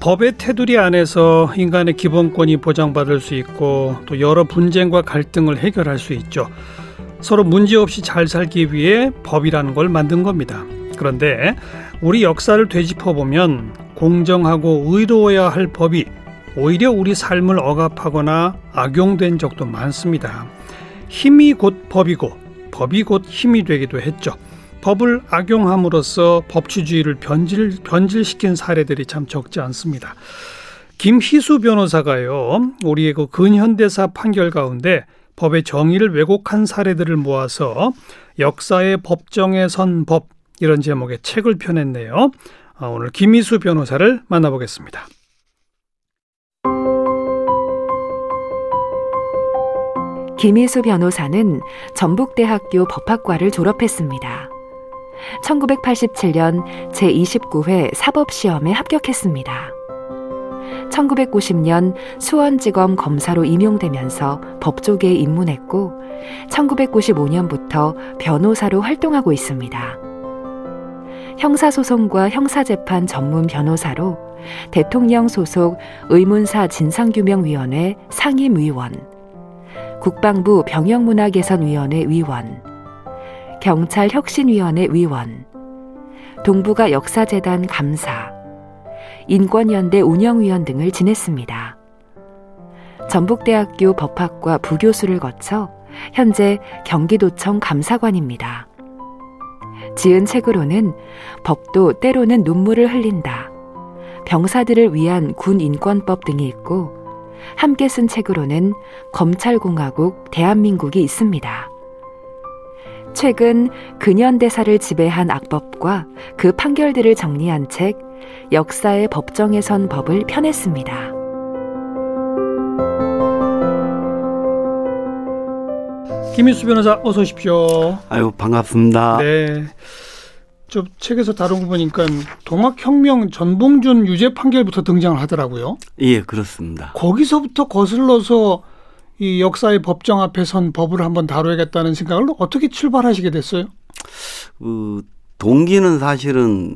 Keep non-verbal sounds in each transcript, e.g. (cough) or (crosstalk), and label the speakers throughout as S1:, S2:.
S1: 법의 테두리 안에서 인간의 기본권이 보장받을 수 있고 또 여러 분쟁과 갈등을 해결할 수 있죠. 서로 문제 없이 잘 살기 위해 법이라는 걸 만든 겁니다. 그런데 우리 역사를 되짚어 보면 공정하고 의로워야 할 법이 오히려 우리 삶을 억압하거나 악용된 적도 많습니다. 힘이 곧 법이고 법이 곧 힘이 되기도 했죠. 법을 악용함으로써 법치주의를 변질, 변질시킨 사례들이 참 적지 않습니다. 김희수 변호사가요, 우리의 그 근현대사 판결 가운데 법의 정의를 왜곡한 사례들을 모아서 역사의 법정에 선 법, 이런 제목의 책을 펴냈네요. 아, 오늘 김희수 변호사를 만나보겠습니다.
S2: 김희수 변호사는 전북대학교 법학과를 졸업했습니다. 1987년 제29회 사법시험에 합격했습니다. 1990년 수원지검 검사로 임용되면서 법조계에 입문했고, 1995년부터 변호사로 활동하고 있습니다. 형사소송과 형사재판 전문 변호사로 대통령 소속 의문사 진상규명위원회 상임위원, 국방부 병영문화개선위원회 위원, 경찰혁신위원회 위원, 동북아 역사재단 감사, 인권연대 운영위원 등을 지냈습니다. 전북대학교 법학과 부교수를 거쳐 현재 경기도청 감사관입니다. 지은 책으로는 법도 때로는 눈물을 흘린다. 병사들을 위한 군인권법 등이 있고 함께 쓴 책으로는 검찰공화국 대한민국이 있습니다. 최근 근현대사를 지배한 악법과 그 판결들을 정리한 책 역사의 법정에선 법을 펴냈습니다.
S1: 김희수 변호사 어서 오십시오.
S3: 아유 반갑습니다.
S1: 네. 저 책에서 다룬 거 보니까 동학혁명 전봉준 유죄 판결부터 등장을 하더라고요.
S3: 예, 그렇습니다.
S1: 거기서부터 거슬러서 이 역사의 법정 앞에 선 법을 한번 다뤄야겠다는 생각을 어떻게 출발하시게 됐어요?
S3: 그 동기는 사실은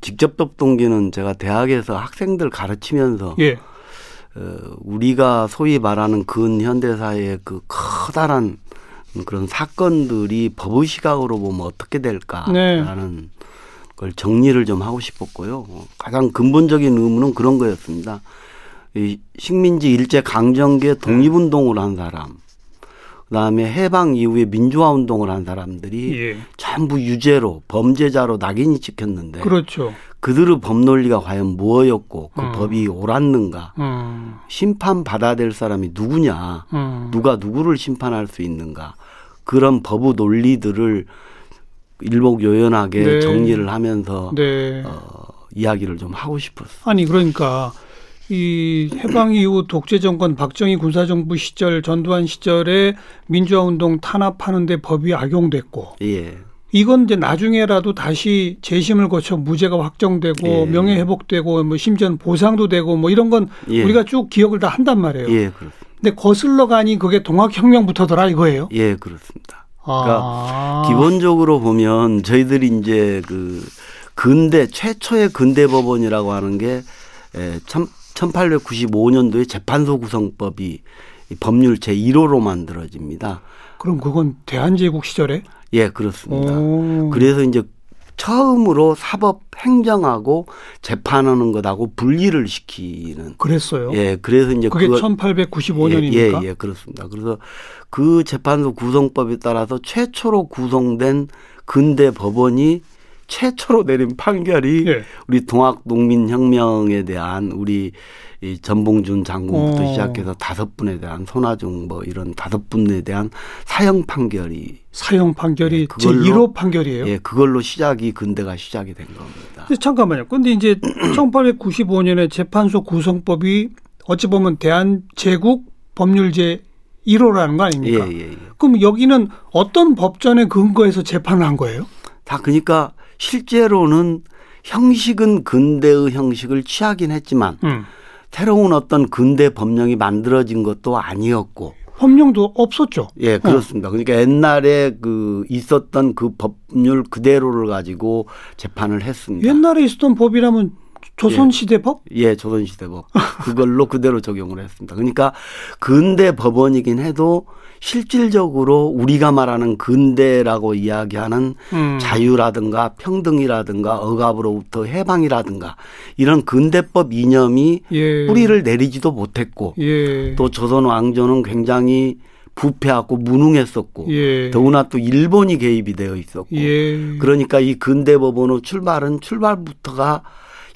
S3: 직접적 동기는 제가 대학에서 학생들 가르치면서
S1: 예.
S3: 어, 우리가 소위 말하는 근현대사의 그 커다란 그런 사건들이 법의 시각으로 보면 어떻게 될까라는 네. 걸 정리를 좀 하고 싶었고요. 어, 가장 근본적인 의무는 그런 거였습니다. 이 식민지 일제 강점기에 독립운동을 한 사람, 그다음에 해방 이후에 민주화 운동을 한 사람들이 예. 전부 유죄로 범죄자로 낙인이 찍혔는데
S1: 그렇죠.
S3: 그들의 법 논리가 과연 무엇이었고 그 음. 법이 옳았는가
S1: 어,
S3: 음. 심판 받아야 될 사람이 누구냐 음. 누가 누구를 심판할 수 있는가 그런 법의 논리들을 일목요연하게 네. 정리를 하면서 네. 어, 이야기를 좀 하고 싶었어요.
S1: 아니 그러니까 이 해방 이후 독재 정권 박정희 군사정부 시절 전두환 시절에 민주화 운동 탄압하는데 법이 악용됐고
S3: 예.
S1: 이건 이제 나중에라도 다시 재심을 거쳐 무죄가 확정되고 예. 명예 회복되고 뭐 심지어는 보상도 되고 뭐 이런 건 예. 우리가 쭉 기억을 다 한단 말이에요.
S3: 예, 그렇습니다.
S1: 근데 거슬러 가니 그게 동학혁명부터더라 이거예요.
S3: 예, 그렇습니다. 그러니까 아. 기본적으로 보면 저희들이 이제 그 근대 최초의 근대 법원이라고 하는 게 에, 참 1895년도에 재판소 구성법이 법률 제1호로 만들어집니다.
S1: 그럼 그건 대한제국 시절에?
S3: 예, 그렇습니다. 오. 음. 그래서 이제 처음으로 사법 행정하고 재판하는 것하고 분리를 시키는
S1: 그랬어요.
S3: 예, 그래서 이제
S1: 그게 그거, 1895년이니까.
S3: 예, 예, 그렇습니다. 그래서 그 재판소 구성법에 따라서 최초로 구성된 근대 법원이 최초로 내린 판결이 예. 우리 동학농민혁명에 대한 우리 이 전봉준 장군부터 어. 시작해서 다섯 분에 대한 손아중 뭐 이런 다섯 분에 대한 사형 판결이
S1: 사형 판결이 예, 그걸로, 제 1호 판결이에요.
S3: 예, 그걸로 시작이 근대가 시작이 된 겁니다.
S1: 잠깐만요. 근데 이제 1895년에 재판소 구성법이 어찌 보면 대한제국 법률제 1호라는 거 아닙니까?
S3: 예, 예, 예.
S1: 그럼 여기는 어떤 법전에 근거해서 재판을 한 거예요?
S3: 다 그러니까 실제로는 형식은 근대의 형식을 취하긴 했지만
S1: 음.
S3: 새로운 어떤 근대 법령이 만들어진 것도 아니었고
S1: 법령도 없었죠.
S3: 예, 그렇습니다. 그러니까 옛날에 그 있었던 그 법률 그대로를 가지고 재판을 했습니다.
S1: 옛날에 있었던 법이라면 조선시대 법?
S3: 예, 조선시대법 그걸로 그대로 적용을 했습니다. 그러니까 근대 법원이긴 해도 실질적으로 우리가 말하는 근대라고 이야기하는
S1: 음.
S3: 자유라든가 평등이라든가 억압으로부터 해방이라든가 이런 근대법 이념이
S1: 예.
S3: 뿌리를 내리지도 못했고
S1: 예.
S3: 또 조선 왕조는 굉장히 부패하고 무능했었고
S1: 예.
S3: 더구나 또 일본이 개입이 되어 있었고
S1: 예.
S3: 그러니까 이 근대 법원의 출발은 출발부터가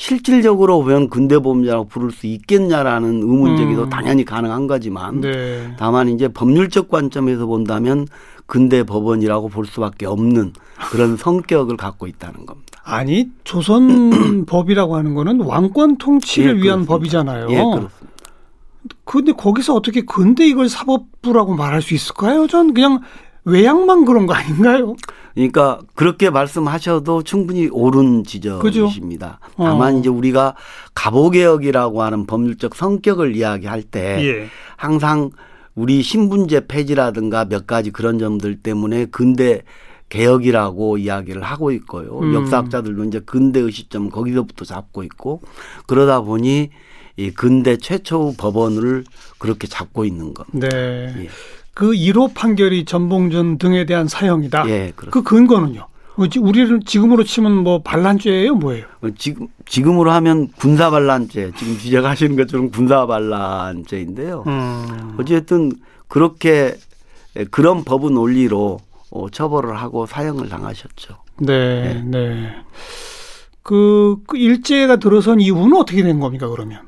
S3: 실질적으로 보면 근대 법이라고 부를 수 있겠냐라는 의문제기도
S1: 음.
S3: 당연히 가능한 거지만
S1: 네.
S3: 다만 이제 법률적 관점에서 본다면 근대 법원이라고 볼 수밖에 없는 그런 성격을 갖고 있다는 겁니다.
S1: 아니 조선 (clears throat) 법이라고 하는 거는 왕권 통치를
S3: 예,
S1: 위한
S3: 그렇습니다.
S1: 법이잖아요.
S3: 예, 그렇습니다.
S1: 근데 거기서 어떻게 근데 이걸 사법부라고 말할 수 있을까요? 전 그냥 외양만 그런 거 아닌가요?
S3: 그러니까 그렇게 말씀하셔도 충분히 옳은 지적이십니다.
S1: 어.
S3: 다만 이제 우리가 가보 개혁이라고 하는 법률적 성격을 이야기할 때
S1: 예.
S3: 항상 우리 신분제 폐지라든가 몇 가지 그런 점들 때문에 근대 개혁이라고 이야기를 하고 있고요.
S1: 음.
S3: 역사학자들도 이제 근대의 시점 거기서부터 잡고 있고 그러다 보니 이 근대 최초 법원을 그렇게 잡고 있는 겁니다.
S1: 네.
S3: 예.
S1: 그 1호 판결이 전봉준 등에 대한 사형이다.
S3: 예, 그렇습니다.
S1: 그 근거는요. 어, 지- 우리를 지금으로 치면 뭐 반란죄예요, 뭐예요?
S3: 지금 지금으로 하면 군사 반란죄 지금 지적하시는 것처럼 군사 반란죄인데요.
S1: 음.
S3: 음. 어쨌든 그렇게 그런 법은 논리로 어, 처벌을 하고 사형을 당하셨죠. 예.
S1: 네, 네. 그, 그 일제가 들어선 이후는 어떻게 된 겁니까 그러면?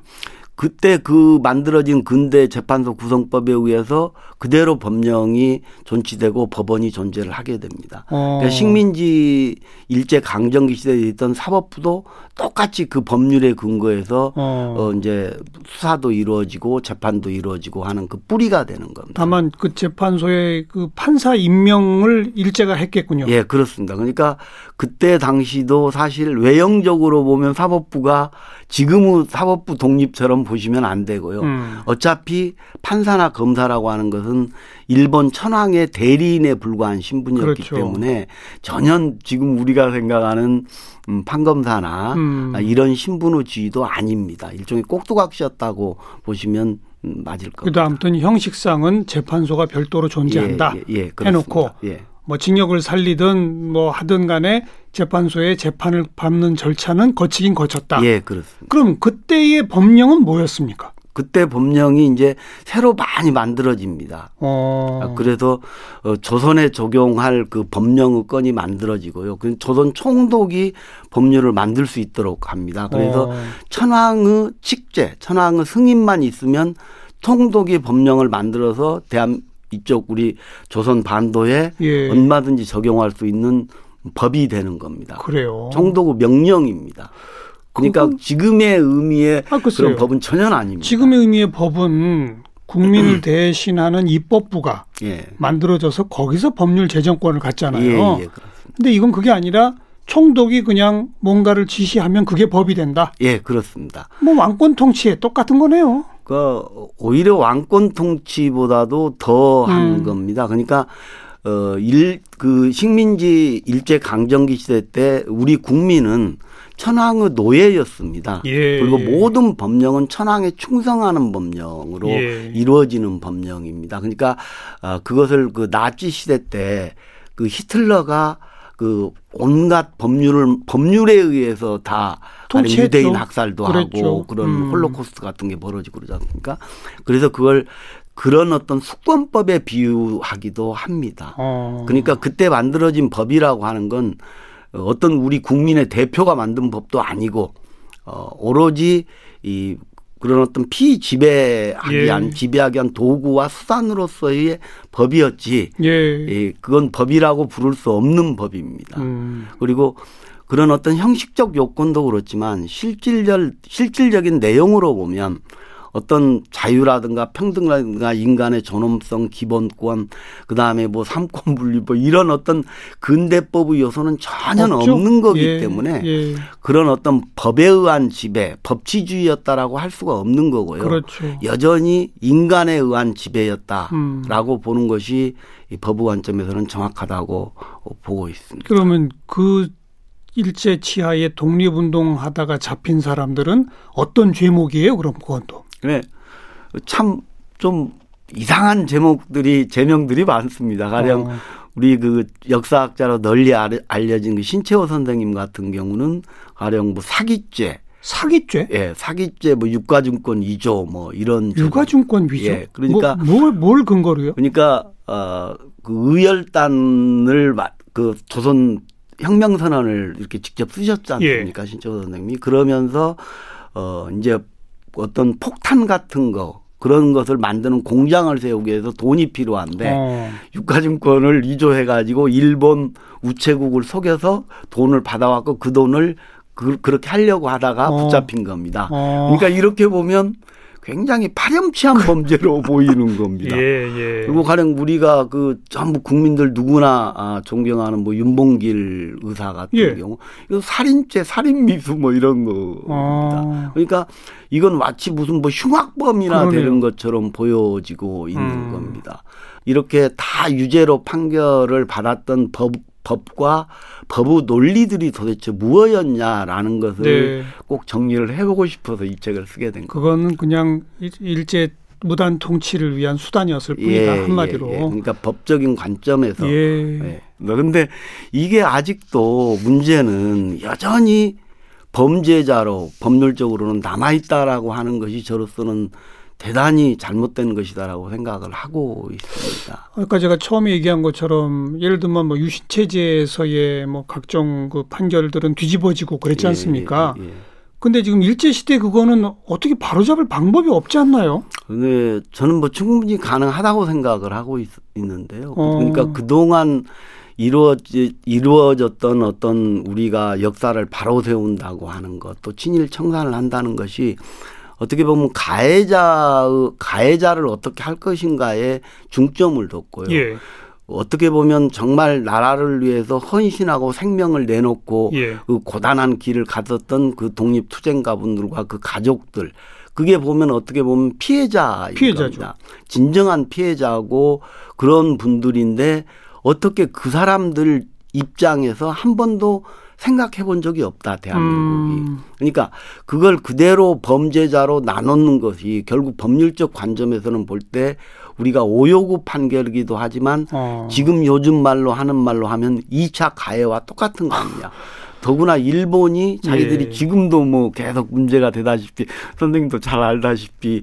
S3: 그때 그 만들어진 근대 재판소 구성법에 의해서 그대로 법령이 존치되고 법원이 존재를 하게 됩니다.
S1: 어.
S3: 그러니까 식민지 일제 강점기 시대에 있던 사법부도 똑같이 그 법률에 근거해서 어.
S1: 어,
S3: 이제 수사도 이루어지고 재판도 이루어지고 하는 그 뿌리가 되는 겁니다.
S1: 다만 그 재판소의 그 판사 임명을 일제가 했겠군요.
S3: 예, 그렇습니다. 그러니까 그때 당시도 사실 외형적으로 보면 사법부가 지금의 사법부 독립처럼 보시면 안 되고요.
S1: 음.
S3: 어차피 판사나 검사라고 하는 것은 일본 천황의 대리인에 불과한 신분이었기
S1: 그렇죠.
S3: 때문에 전혀 지금 우리가 생각하는 음, 판검사나
S1: 음.
S3: 아, 이런 신분의 지위도 아닙니다. 일종의 꼭두각시였다고 보시면 음, 맞을 겁니다.
S1: 그래도 아무튼 형식상은 재판소가 별도로 존재한다.
S3: 예, 예, 예, 그렇습니다.
S1: 해놓고
S3: 예.
S1: 뭐 징역을 살리든 뭐 하든 간에 재판소의 재판을 밟는 절차는 거치긴 거쳤다.
S3: 예, 그렇습니다.
S1: 그럼 그때의 법령은 뭐였습니까?
S3: 그때 법령이 이제 새로 많이 만들어집니다.
S1: 어,
S3: 아, 그래서 어, 조선에 적용할 그 법령의 건이 만들어지고요. 그 조선 총독이 법률을 만들 수 있도록 합니다. 그래서
S1: 어.
S3: 천황의 직제, 천황의 승인만 있으면 총독이 법령을 만들어서 대한 이쪽 우리 조선 반도에
S1: 예.
S3: 얼마든지 적용할 수 있는 법이 되는 겁니다.
S1: 그래요.
S3: 총독의 명령입니다. 그러니까 지금의 의미의
S1: 아, 글쎄요.
S3: 그런 법은 전혀 아닙니다.
S1: 지금의 의미의 법은 국민을 (clears throat) 대신하는 입법부가
S3: 예.
S1: 만들어져서 거기서 법률 제정권을 갖잖아요.
S3: 예, 예, 그렇습니다.
S1: 근데 이건 그게 아니라 총독이 그냥 뭔가를 지시하면 그게 법이 된다.
S3: 예, 그렇습니다.
S1: 뭐 왕권 통치에 똑같은 거네요.
S3: 그러니까 오히려 왕권 통치보다도 더 한
S1: 음.
S3: 겁니다. 그러니까 어일그 식민지 일제 강점기 시대 때 우리 국민은 천황의 노예였습니다.
S1: 예.
S3: 그리고 모든 법령은 천황에 충성하는 법령으로
S1: 예.
S3: 이루어지는 법령입니다. 그러니까 어, 그것을 그 나치 시대 때 그 히틀러가 그 온갖 법률을 법률에 의해서 다 아니,
S1: 통치했죠.
S3: 유대인 학살도
S1: 그랬죠.
S3: 하고 그런
S1: 음.
S3: 홀로코스트 같은 게 벌어지고 그러지 않습니까? 그래서 그걸 그런 어떤 수권법에 비유하기도 합니다.
S1: 어.
S3: 그러니까 그때 만들어진 법이라고 하는 건 어떤 우리 국민의 대표가 만든 법도 아니고 어, 오로지 이 그런 어떤 피지배하기
S1: 예.
S3: 한 지배하기 한 도구와 수단으로서의 법이었지.
S1: 예.
S3: 예, 그건 법이라고 부를 수 없는 법입니다.
S1: 음.
S3: 그리고 그런 어떤 형식적 요건도 그렇지만 실질적 실질적인 내용으로 보면 어떤 자유라든가 평등이라든가 인간의 존엄성 기본권 그다음에 뭐 삼권 분립 뭐 이런 어떤 근대법의 요소는 전혀 없
S1: 없죠.
S3: 없는 거기
S1: 예,
S3: 때문에
S1: 예,
S3: 그런 어떤 법에 의한 지배, 법치주의였다라고 할 수가 없는 거고요.
S1: 그렇죠.
S3: 예. 여전히 인간에 의한 지배였다라고
S1: 음.
S3: 보는 것이 이 법의 관점에서는 정확하다고 보고 있습니다.
S1: 그러면 그 일제 치하에 독립운동 하다가 잡힌 사람들은 어떤 죄목이에요? 그럼 그건도.
S3: 네. 참좀 이상한 제목들이 제명들이 많습니다. 가령
S1: 어,
S3: 우리 그 역사학자로 널리 알- 알려진 그 신채호 선생님 같은 경우는 가령 뭐 사기죄,
S1: 사기죄?
S3: 예, 사기죄 뭐 유가증권 위조뭐 이런 제목.
S1: 유가증권 위조.
S3: 예, 그러니까-
S1: 뭐, 뭘, 뭘 근거로요?
S3: 그러니까 어그 의열단을 마- 그 조선 혁명 선언을 이렇게 직접 쓰셨지
S1: 예.
S3: 않습니까 신철 선생님이 그러면서 어 이제 어떤 폭탄 같은 거 그런 것을 만드는 공장을 세우기 위해서 돈이 필요한데
S1: 어,
S3: 유가증권을 위조해 가지고 일본 우체국을 속여서 돈을 받아왔고 그 돈을 그, 그렇게 하려고 하다가
S1: 어.
S3: 붙잡힌 겁니다.
S1: 어.
S3: 그러니까 이렇게 보면 굉장히 파렴치한 범죄로 (laughs) 보이는 겁니다.
S1: 예, 예.
S3: 그러니까 그리고 가령 우리가 그 전부 국민들 누구나 아, 존경하는 뭐 윤봉길 의사 같은
S1: 예.
S3: 경우 이거 살인죄, 살인미수 뭐 이런 겁니다.
S1: 어,
S3: 그러니까 이건 마치 무슨 뭐 흉악범이나
S1: 그러네요.
S3: 되는 것처럼 보여지고 있는
S1: 음.
S3: 겁니다. 이렇게 다 유죄로 판결을 받았던 법, 법과 법의 논리들이 도대체 무엇이었냐라는 것을
S1: 네.
S3: 꼭 정리를 해보고 싶어서 이 책을 쓰게 된 겁니다.
S1: 그거는 그냥 일- 일제 무단 통치를 위한 수단이었을 뿐이다. 한마디로.
S3: 예. 그러니까 법적인 관점에서
S1: 예.
S3: 네. 그런데 이게 아직도 문제는 여전히 범죄자로 법률적으로는 남아있다라고 하는 것이 저로서는 대단히 잘못된 것이다라고 생각을 하고 있습니다.
S1: 아까 제가 처음에 얘기한 것처럼 예를 들면 뭐 유신체제에서의 뭐 각종 그 판결들은 뒤집어지고 그랬지
S3: 예,
S1: 않습니까?
S3: 예, 예.
S1: 근데 지금 일제시대 그거는 어떻게 바로잡을 방법이 없지 않나요?
S3: 근데 저는 뭐 충분히 가능하다고 생각을 하고 있, 는데요
S1: 어.
S3: 그러니까 그동안 이루어지, 이루어졌던 어떤 우리가 역사를 바로 세운다고 하는 것 또 친일 청산을 한다는 것이 어떻게 보면 가해자 가해자를 어떻게 할 것인가에 중점을 뒀고요.
S1: 예,
S3: 어떻게 보면 정말 나라를 위해서 헌신하고 생명을 내놓고
S1: 예.
S3: 그 고단한 길을 가졌던 그 독립 투쟁가분들과 그 가족들 그게 보면 어떻게 보면 피해자인
S1: 피해자죠.
S3: 겁니다. 진정한 피해자고 그런 분들인데 어떻게 그 사람들 입장에서 한 번도 생각해 본 적이 없다 대한민국이.
S1: 음,
S3: 그러니까 그걸 그대로 범죄자로 나누는 것이 결국 법률적 관점에서는 볼 때 우리가 오요구 판결이기도 하지만
S1: 어.
S3: 지금 요즘 말로 하는 말로 하면 2차 가해와 똑같은 거 아니냐. 더구나 일본이 자기들이
S1: 예.
S3: 지금도 뭐 계속 문제가 되다시피 선생님도 잘 알다시피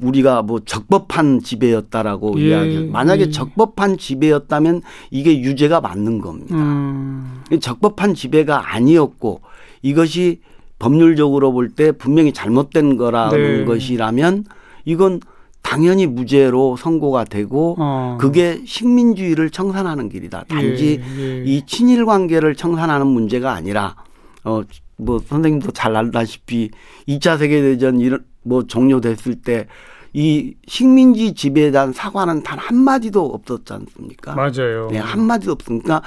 S3: 우리가 뭐 적법한 지배였다라고
S1: 예.
S3: 이야기. 만약에
S1: 예.
S3: 적법한 지배였다면 이게 유죄가 맞는 겁니다.
S1: 음,
S3: 이 적법한 지배가 아니었고 이것이 법률적으로 볼 때 분명히 잘못된 거라는
S1: 네.
S3: 것이라면 이건 당연히 무죄로 선고가 되고
S1: 어.
S3: 그게 식민주의를 청산하는 길이다. 단지
S1: 예, 예.
S3: 이 친일 관계를 청산하는 문제가 아니라 어 뭐 선생님도 잘 알다시피 2차 세계 대전 이런 뭐 종료됐을 때 이 식민지 지배에 대한 사과는 단 한마디도 없었지 않습니까?
S1: 맞아요.
S3: 네, 한마디도 없으니까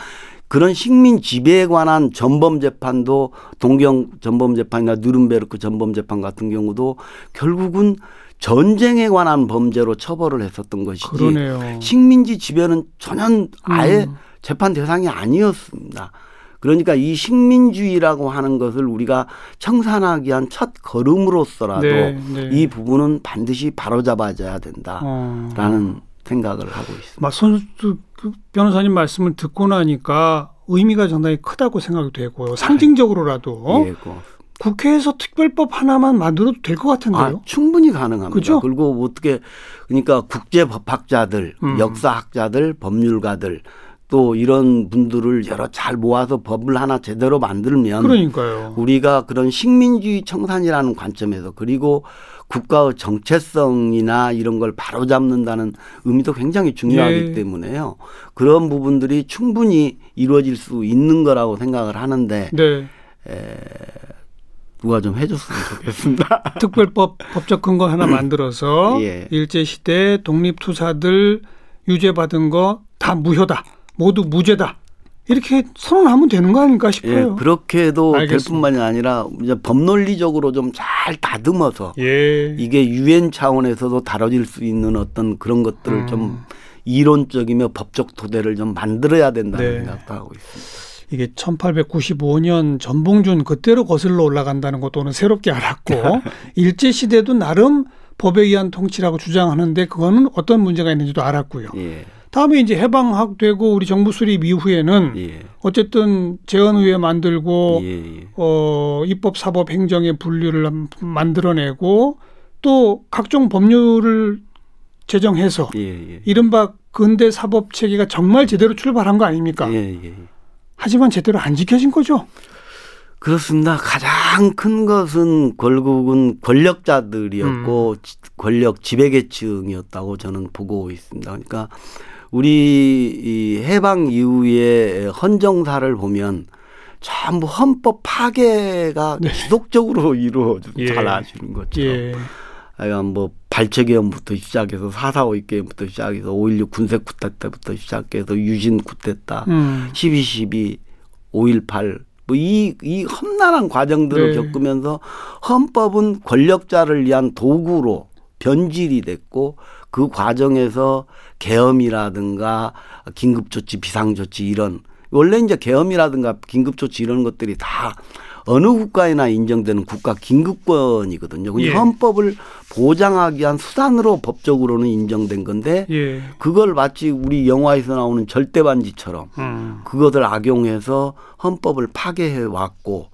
S3: 그런 식민 지배에 관한 전범 재판도 동경 전범 재판이나 누른베르크 전범 재판 같은 경우도 결국은 전쟁에 관한 범죄로 처벌을 했었던 것이지
S1: 그러네요.
S3: 식민지 지배는 전혀 아예
S1: 음.
S3: 재판 대상이 아니었습니다. 그러니까 이 식민주의라고 하는 것을 우리가 청산하기 위한 첫 걸음으로서라도
S1: 네, 네.
S3: 이 부분은 반드시 바로잡아야 된다라는
S1: 어.
S3: 생각을 하고 있습니다.
S1: 막 손수 그 변호사님 말씀을 듣고 나니까 의미가 상당히 크다고 생각이 되고요. 상징적으로라도 어?
S3: 예, 고맙습니다.
S1: 국회에서 특별법 하나만 만들어도 될 것 같은데요.
S3: 아, 충분히 가능합니다.
S1: 그죠?
S3: 리고 어떻게 그러니까 국제 법학자들,
S1: 음.
S3: 역사학자들, 법률가들 또 이런 분들을 여러 잘 모아서 법을 하나 제대로 만들면
S1: 그러니까요.
S3: 우리가 그런 식민주의 청산이라는 관점에서 그리고 국가의 정체성이나 이런 걸 바로잡는다는 의미도 굉장히 중요하기
S1: 예.
S3: 때문에요. 그런 부분들이 충분히 이루어질 수 있는 거라고 생각을 하는데
S1: 네.
S3: 누가 좀 해줬으면
S1: (laughs)
S3: 좋겠습니다.
S1: 특별법 법적 근거 하나 만들어서
S3: (laughs) 예.
S1: 일제 시대 독립 투사들 유죄 받은 거 다 무효다. 모두 무죄다. 이렇게 선언하면 되는 거 아닌가
S3: 예,
S1: 싶어요.
S3: 그렇게도 될
S1: 알겠습니다.
S3: 뿐만이 아니라 이제 법논리적으로 좀 잘 다듬어서
S1: 예.
S3: 이게 유엔 차원에서도 다뤄질 수 있는 어떤 그런
S1: 음.
S3: 것들을 좀 이론적이며 법적 토대를 좀 만들어야 된다는
S1: 네.
S3: 생각도 하고 있습니다.
S1: 이게 1895년 전봉준 그때로 거슬러 올라간다는 것도 오늘 새롭게
S3: (laughs)
S1: 알았고 일제 시대도 나름 법에 의한 통치라고 주장하는데 그거는 어떤 문제가 있는지도 알았고요.
S3: 예,
S1: 다음에 이제 해방학되고 우리 정부 수립 이후에는
S3: 예,
S1: 어쨌든 재헌의회 만들고
S3: 예, 예.
S1: 어, 입법, 사법, 행정의 분류를 한- 만들어내고 또 각종 법률을 제정해서
S3: 예, 예.
S1: 이른바 근대 사법 체계가 정말 제대로 출발한 거 아닙니까?
S3: 예, 예, 예.
S1: 하지만 제대로 안 지켜진 거죠.
S3: 그렇습니다. 가장 큰 것은 결국은
S1: 음.
S3: 권력자들이었고 지- 권력 지배계층이었다고 저는 보고 있습니다. 그러니까 우리 이 해방 이후에 헌정사를 보면 전부 헌법 파괴가 지속적으로 (laughs) 이루어져
S1: 네. 예.
S3: 잘 아시는 것처럼
S1: 예.
S3: 하여간 뭐 발췌개헌부터 시작해서 4.4.5 개헌부터 시작해서 5.16 군세쿠타 때부터 시작해서 유신 쿠데타
S1: 음.
S3: 12.12, 5.18, 뭐 이 이 험난한 과정들을
S1: 네.
S3: 겪으면서 헌법은 권력자를 위한 도구로 변질이 됐고 그 과정에서 계엄이라든가 긴급조치, 비상조치 이런 원래 이제 계엄이라든가 긴급조치 이런 것들이 다 어느 국가에나 인정되는 국가 긴급권이거든요. 근데
S1: 예.
S3: 헌법을 보장하기 위한 수단으로 법적으로는 인정된 건데
S1: 예.
S3: 그걸 마치 우리 영화에서 나오는 절대반지처럼
S1: 음.
S3: 그것을 악용해서 헌법을 파괴해 왔고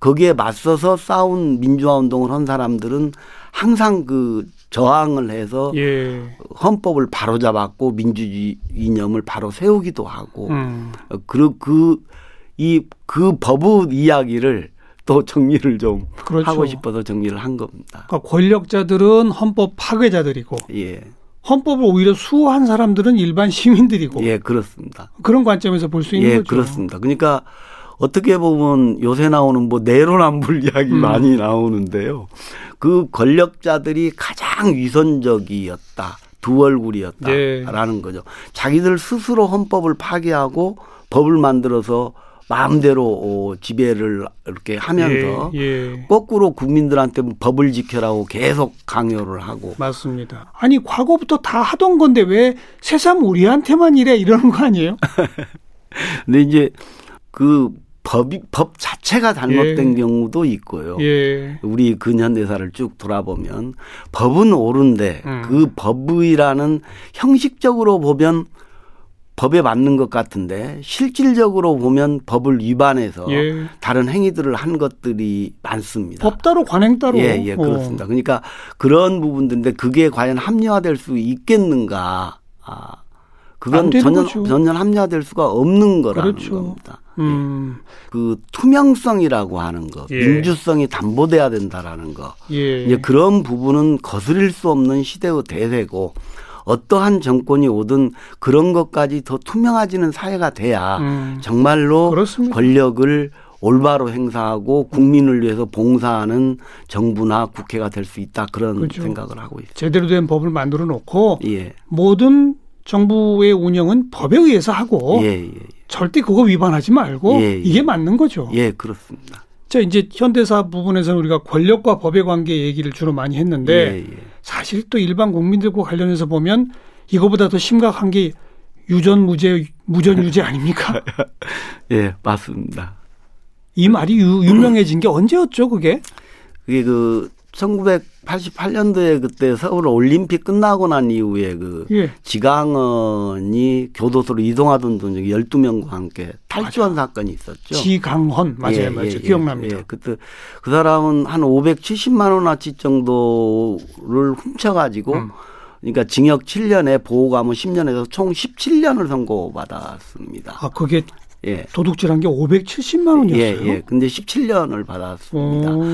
S3: 거기에 맞서서 싸운 민주화 운동을 한 사람들은 항상 그 저항을 해서
S1: 예.
S3: 헌법을 바로 잡았고 민주주의 이념을 바로 세우기도 하고
S1: 음.
S3: 그리고 그이 그 법의 이야기를 또 정리를 좀
S1: 그렇죠.
S3: 하고 싶어서 정리를 한 겁니다.
S1: 그러니까 권력자들은 헌법 파괴자들이고
S3: 예,
S1: 헌법을 오히려 수호한 사람들은 일반 시민들이고
S3: 예 그렇습니다.
S1: 그런 관점에서 볼 수 있는
S3: 예,
S1: 거죠.
S3: 그렇습니다. 그러니까 어떻게 보면 요새 나오는 뭐 내로남불 (laughs) 이야기
S1: 음.
S3: 많이 나오는데요. 그 권력자들이 가장 위선적이었다. 두
S1: 예.
S3: 얼굴이었다라는 거죠. 자기들 스스로 헌법을 파괴하고 법을 만들어서 마음대로 어, 지배를 이렇게 하면서
S1: 예, 예.
S3: 거꾸로 국민들한테 뭐 법을 지켜라고 계속 강요를 하고
S1: 맞습니다. 아니 과거부터 다 하던 건데 왜 새삼 우리한테만 이래 이러는 거 아니에요?
S3: 근데 이제 그 법이 법 자체가 잘못된
S1: 예.
S3: 경우도 있고요.
S1: 예.
S3: 우리 근현대사를 쭉 돌아보면 법은 옳은데
S1: 음.
S3: 그 법이라는 형식적으로 보면 법에 맞는 것 같은데 실질적으로 보면 법을 위반해서
S1: 예.
S3: 다른 행위들을 한 것들이 많습니다.
S1: 법 따로 관행 따로. 어.
S3: 예, 예, 그렇습니다. 그러니까 그런 부분들인데 그게 과연 합리화될 수 있겠는가. 아,
S1: 안
S3: 그건
S1: 되는
S3: 전혀,
S1: 거죠.
S3: 전혀 합리화될 수가 없는 거라는
S1: 그렇죠.
S3: 겁니다.
S1: 어. 음.
S3: 그 투명성이라고 하는 거,
S1: 예.
S3: 민주성이 담보돼야 된다라는 거,
S1: 예.
S3: 이제 그런 부분은 거스릴 수 없는 시대의 대세고 어떠한 정권이 오든 그런 것까지 더 투명해지는 사회가 돼야
S1: 음.
S3: 정말로
S1: 그렇습니다.
S3: 권력을 올바로 행사하고 국민을 위해서 봉사하는 정부나 국회가 될 수 있다 그런
S1: 그렇죠.
S3: 생각을 하고 있어요.
S1: 제대로 된 법을 만들어 놓고
S3: 예.
S1: 모든 정부의 운영은 법에 의해서 하고
S3: 예, 예,
S1: 절대 그거 위반하지 말고
S3: 예, 예.
S1: 이게 맞는 거죠.
S3: 예, 그렇습니다.
S1: 자 이제 현대사 부분에서는 우리가 권력과 법의 관계 얘기를 주로 많이 했는데
S3: 예, (laughs) 예.
S1: 사실 또 일반 국민들과 관련해서 보면 이거보다 더 심각한 게 유전 무죄 무전 유죄
S3: (laughs)
S1: 아닙니까?
S3: 예, 맞습니다.
S1: 이 말이 유, 유명해진 게 언제였죠 그게?
S3: 그게 그 1988년도에 그때 서울 올림픽 끝나고 난 이후에 그
S1: 예.
S3: 지강원이 교도소로 이동하던 도중에 12명과 함께 탈주한 사건이 있었죠.
S1: 지강헌 맞아요
S3: 그렇죠. 예,
S1: 맞아요
S3: 예, 예,
S1: 기억납니다.
S3: 예. 그때 그 사람은 한 570만 원어치 정도를 훔쳐가지고
S1: 음.
S3: 그러니까 징역 7년에 보호감은 10년에서 총 17년을 선고받았습니다.
S1: 아 그게
S3: 예.
S1: 도둑질한 게 570만
S3: 예,
S1: 원이었어요.
S3: 예. 근데 17년을 받았습니다.
S1: 오.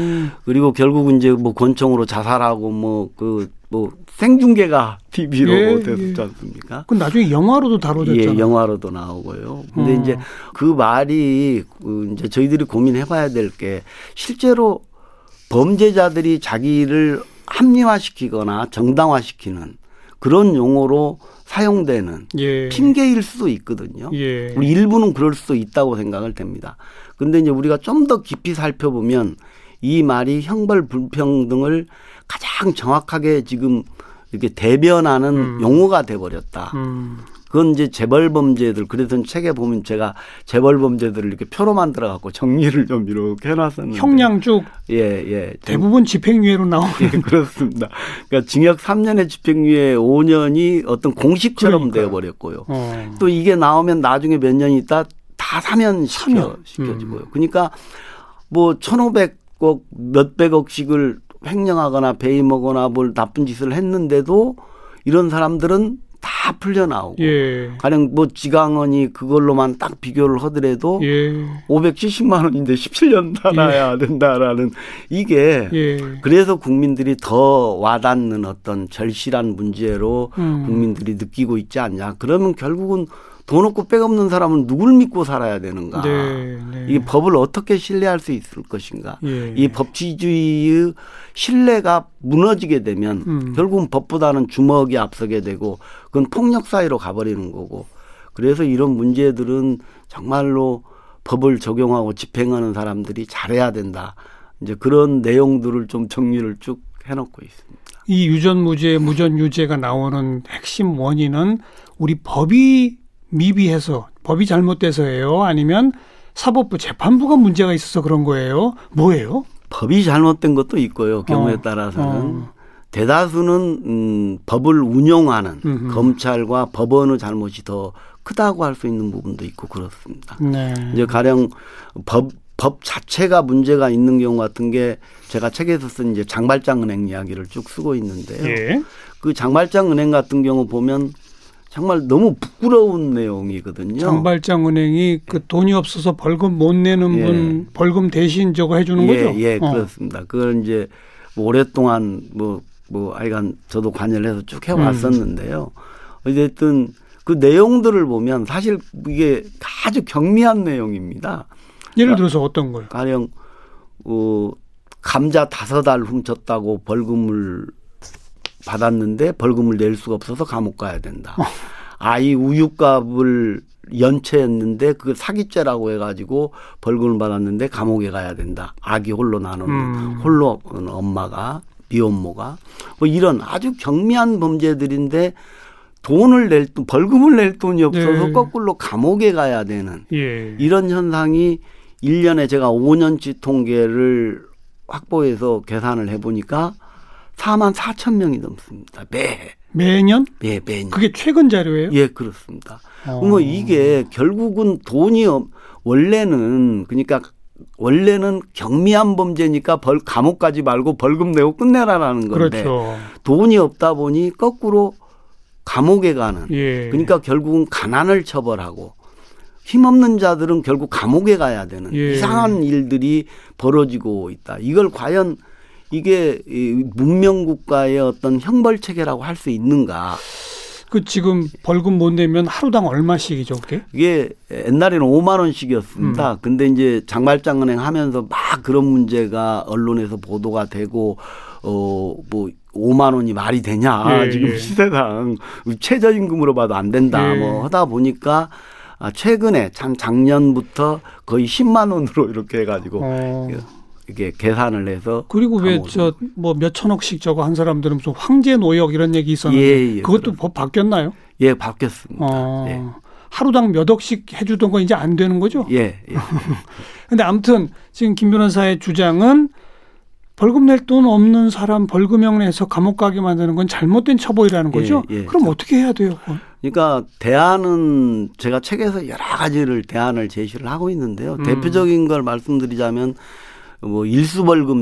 S3: 그리고 결국은 이제 뭐 권총으로 자살하고 뭐 그 뭐 생중계가 (laughs) TV로
S1: 예,
S3: 됐었지
S1: 예.
S3: 않습니까?
S1: 그 나중에 영화로도 다뤄졌잖아요.
S3: 예, 영화로도 나오고요. 근데
S1: 음.
S3: 이제 그 말이 그 이제 저희들이 고민해봐야 될 게 실제로 범죄자들이 자기를 합리화시키거나 정당화시키는 그런 용어로 사용되는
S1: 예.
S3: 핑계일 수도 있거든요.
S1: 예.
S3: 우리 일부는 그럴 수도 있다고 생각을 됩니다. 근데 이제 우리가 좀 더 깊이 살펴보면 이 말이 형벌 불평등을 가장 정확하게 지금 이렇게 대변하는 용어가 돼 버렸다.
S1: 음.
S3: 그건 이제 재벌 범죄들 그래서 책에 보면 제가 재벌 범죄들을 이렇게 표로 만들어 갖고 정리를 좀 이렇게 해 놨었는데
S1: 형량쭉
S3: 예, 예.
S1: 대부분 집행유예로 나오는
S3: (laughs) 예, 그렇습니다. 그러니까 징역 3년의 집행유예 5년이 어떤 공식처럼
S1: 그러니까요.
S3: 되어 버렸고요.
S1: 어.
S3: 또 이게 나오면 나중에 몇 년 있다 다 사면 시켜,
S1: 사면. 음.
S3: 시켜지고요. 그러니까 뭐 1,500억 몇백억씩을 횡령하거나 배임하거나 뭘 나쁜 짓을 했는데도 이런 사람들은 다 풀려나오고
S1: 예.
S3: 가령 뭐 지강원이 그걸로만 딱 비교를 하더라도
S1: 예.
S3: 570만 원인데 17년 살아야 된다라는 이게
S1: 예.
S3: 그래서 국민들이 더 와닿는 어떤 절실한 문제로
S1: 음.
S3: 국민들이 느끼고 있지 않냐. 그러면 결국은 돈 없고 백 없는 사람은 누굴 믿고 살아야 되는가.
S1: 네. 네.
S3: 이 법을 어떻게 신뢰할 수 있을 것인가.
S1: 예.
S3: 이 법치주의의 신뢰가 무너지게 되면
S1: 음.
S3: 결국은 법보다는 주먹이 앞서게 되고 그건 폭력 사이로 가버리는 거고 그래서 이런 문제들은 정말로 법을 적용하고 집행하는 사람들이 잘해야 된다. 이제 그런 내용들을 좀 정리를 쭉 해놓고 있습니다.
S1: 이 유전무죄, 무전유죄가 나오는 핵심 원인은 우리 법이 미비해서 법이 잘못돼서예요. 아니면 사법부 재판부가 문제가 있어서 그런 거예요. 뭐예요?
S3: 법이 잘못된 것도 있고요. 경우에
S1: 어,
S3: 따라서는
S1: 어.
S3: 대다수는 음, 법을 운용하는
S1: 음흠.
S3: 검찰과 법원의 잘못이 더 크다고 할 수 있는 부분도 있고 그렇습니다.
S1: 네.
S3: 이제 가령 법, 법 자체가 문제가 있는 경우 같은 게 제가 책에서 쓴 이제 장발장 은행 이야기를 쭉 쓰고 있는데요.
S1: 예.
S3: 그 장발장 은행 같은 경우 보면 정말 너무 부끄러운 내용이거든요.
S1: 장발장 은행이 그 돈이 없어서 벌금 못 내는
S3: 예.
S1: 분 벌금 대신 저거 해주는
S3: 예,
S1: 거죠.
S3: 예,
S1: 어.
S3: 그렇습니다. 그걸 이제 뭐 오랫동안 뭐, 뭐, 하여간 저도 관여를 해서 쭉 해왔었는데요.
S1: 음.
S3: 어쨌든 그 내용들을 보면 사실 이게 아주 경미한 내용입니다.
S1: 예를 들어서 어떤 걸?
S3: 가령 어, 감자 다섯 알 훔쳤다고 벌금을 받았는데 벌금을 낼 수가 없어서 감옥 가야 된다. 아이 우유값을 연체했는데 그 사기죄라고 해가지고 벌금을 받았는데 감옥에 가야 된다. 아기 홀로 나누는
S1: 음.
S3: 홀로 엄마가 비혼모가 뭐 이런 아주 경미한 범죄들인데 돈을 낼 돈, 벌금을 낼 돈이 없어서
S1: 네.
S3: 거꾸로 감옥에 가야 되는
S1: 예.
S3: 이런 현상이 1년에 제가 5년치 통계를 확보해서 계산을 해보니까 4만 4천 명이 넘습니다. 매해.
S1: 매년?
S3: 매, 매년.
S1: 그게 최근 자료예요?
S3: 예, 그렇습니다.
S1: 어.
S3: 그러면 뭐 이게 결국은 돈이, 없- 원래는, 그러니까 원래는 경미한 범죄니까 벌, 감옥 가지 말고 벌금 내고 끝내라라는 건데
S1: 그렇죠.
S3: 돈이 없다 보니 거꾸로 감옥에 가는
S1: 예.
S3: 그러니까 결국은 가난을 처벌하고 힘없는 자들은 결국 감옥에 가야 되는
S1: 예.
S3: 이상한 일들이 벌어지고 있다. 이걸 과연 이게 이 문명국가의 어떤 형벌 체계라고 할 수 있는가?
S1: 그 지금 벌금 못 내면 하루당 얼마씩이죠, 그게?
S3: 이게 옛날에는 5만 원씩이었습니다.
S1: 음.
S3: 근데 이제 장발장 은행 하면서 막 그런 문제가 언론에서 보도가 되고 어뭐 5만 원이 말이 되냐
S1: 예,
S3: 지금
S1: 예.
S3: 시세상 최저임금으로 봐도 안 된다
S1: 예.
S3: 뭐 하다 보니까 아, 최근에 참 작년부터 거의 10만 원으로 이렇게 해가지고
S1: 어.
S3: 이게 계산을 해서
S1: 그리고 왜
S3: 감옥으로.
S1: 저 뭐 몇천억씩 저거 한 사람들은 무슨 황제 노역 이런 얘기 있었는데
S3: 예, 예,
S1: 그것도 법 바뀌었나요?
S3: 예 바뀌었습니다.
S1: 어.
S3: 예.
S1: 하루당 몇 억씩 해주던 거 이제 안 되는 거죠?
S3: 예, 예.
S1: 근데 아무튼 지금 김 변호사의 주장은 벌금 낼 돈 없는 사람 벌금형 내서 감옥 가게 만드는 건 잘못된 처벌이라는 거죠?
S3: 예, 예.
S1: 그럼 어떻게 해야 돼요? 그건?
S3: 그러니까 대안은 제가 책에서 여러 가지를 대안을 제시를 하고 있는데요.
S1: 음.
S3: 대표적인 걸 말씀드리자면 뭐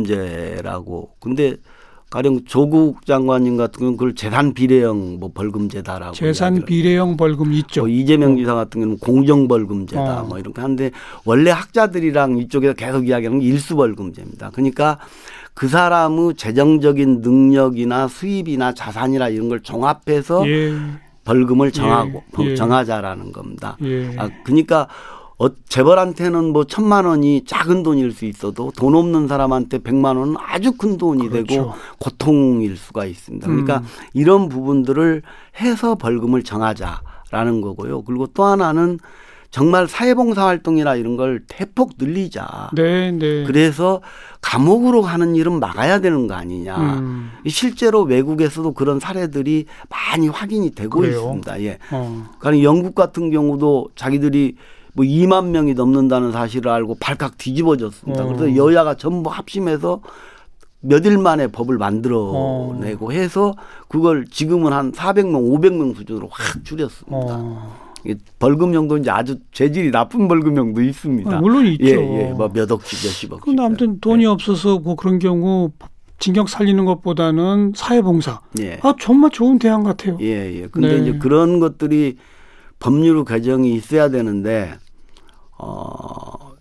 S3: 일수벌금제라고. 근데 가령 조국 장관님 같은 경우는 그걸 재산 비례형 뭐 벌금제다라고.
S1: 재산
S3: 이야기를
S1: 비례형 벌금 있죠.
S3: 뭐 이재명 지사 같은 경우는 공정벌금제다
S1: 어.
S3: 뭐 이렇게 하는데 원래 학자들이랑 이쪽에서 계속 이야기하는 게 일수벌금제입니다. 그러니까 그 사람의 재정적인 능력이나 수입이나 자산이나 어, 이런 걸 종합해서
S1: 예,
S3: 벌금을 정하고
S1: 예.
S3: 정하자라는 겁니다.
S1: 예.
S3: 아, 그러니까 어, 재벌한테는 뭐 천만 원이 작은 돈일 수 있어도 돈 없는 사람한테 백만 원은 아주 큰 돈이
S1: 그렇죠.
S3: 되고 고통일 수가 있습니다. 그러니까
S1: 음.
S3: 이런 부분들을 해서 벌금을 정하자라는 거고요. 그리고 또 하나는 정말 사회봉사 활동이나 이런 걸 대폭 늘리자.
S1: 네, 네.
S3: 아. 그래서 감옥으로 가는 일은 막아야 되는 거 아니냐.
S1: 음,
S3: 실제로 외국에서도 그런 사례들이 많이 확인이 되고
S1: 그래요?
S3: 있습니다. 예.
S1: 어.
S3: 그러니까 영국 같은 경우도 자기들이 뭐 2만 명이 넘는다는 사실을 알고 발칵 뒤집어졌습니다.
S1: 음.
S3: 그래서 여야가 전부 합심해서 몇 일 만에 법을 만들어내고 해서 그걸 지금은 한 400명, 500명 수준으로 확 줄였습니다.
S1: 어.
S3: 이 벌금형도 이제 아주 재질이 나쁜 벌금형도 있습니다.
S1: 아, 물론 있죠.
S3: 예, 예, 뭐몇 예. 억씩, 몇십 억씩.
S1: 근데 아무튼 돈이 없어서 뭐 그런 경우 징역 살리는 것보다는 사회봉사.
S3: 예.
S1: 아 정말 좋은 대안 같아요.
S3: 예, 예. 근데
S1: 네.
S3: 이제 그런 것들이 법률 개정이 있어야 되는데, 어,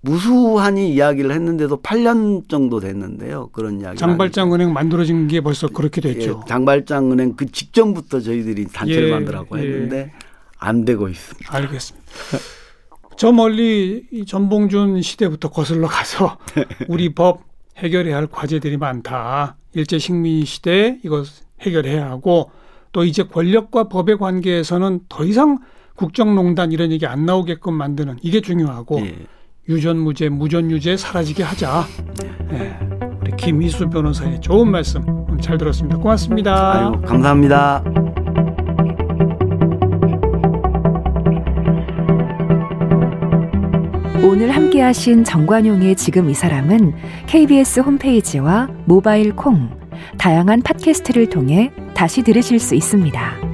S3: 무수한이 이야기를 했는데도 8년 정도 됐는데요. 그런 이야기.
S1: 장발장 은행 만들어진 게 벌써 그렇게
S3: 예,
S1: 됐죠.
S3: 장발장 은행 그 직전부터 저희들이 단체를
S1: 예,
S3: 만들라고
S1: 예.
S3: 했는데 안 되고 있습니다.
S1: 알겠습니다. 저 멀리 이 전봉준 시대부터 거슬러 가서
S3: (laughs)
S1: 우리 법 해결해야 할 과제들이 많다. 일제 식민 시대 이거 해결해야 하고 또 이제 권력과 법의 관계에서는 더 이상 국정농단 이런 얘기 안 나오게끔 만드는 이게 중요하고
S3: 예.
S1: 유전무죄, 무전유죄 사라지게 하자. 예. 우리 김희수 변호사의 좋은 말씀 오늘 잘 들었습니다. 고맙습니다.
S3: 아유, 감사합니다.
S2: 오늘 함께하신 정관용의 지금 이 사람은 KBS 홈페이지와 모바일 콩, 다양한 팟캐스트를 통해 다시 들으실 수 있습니다.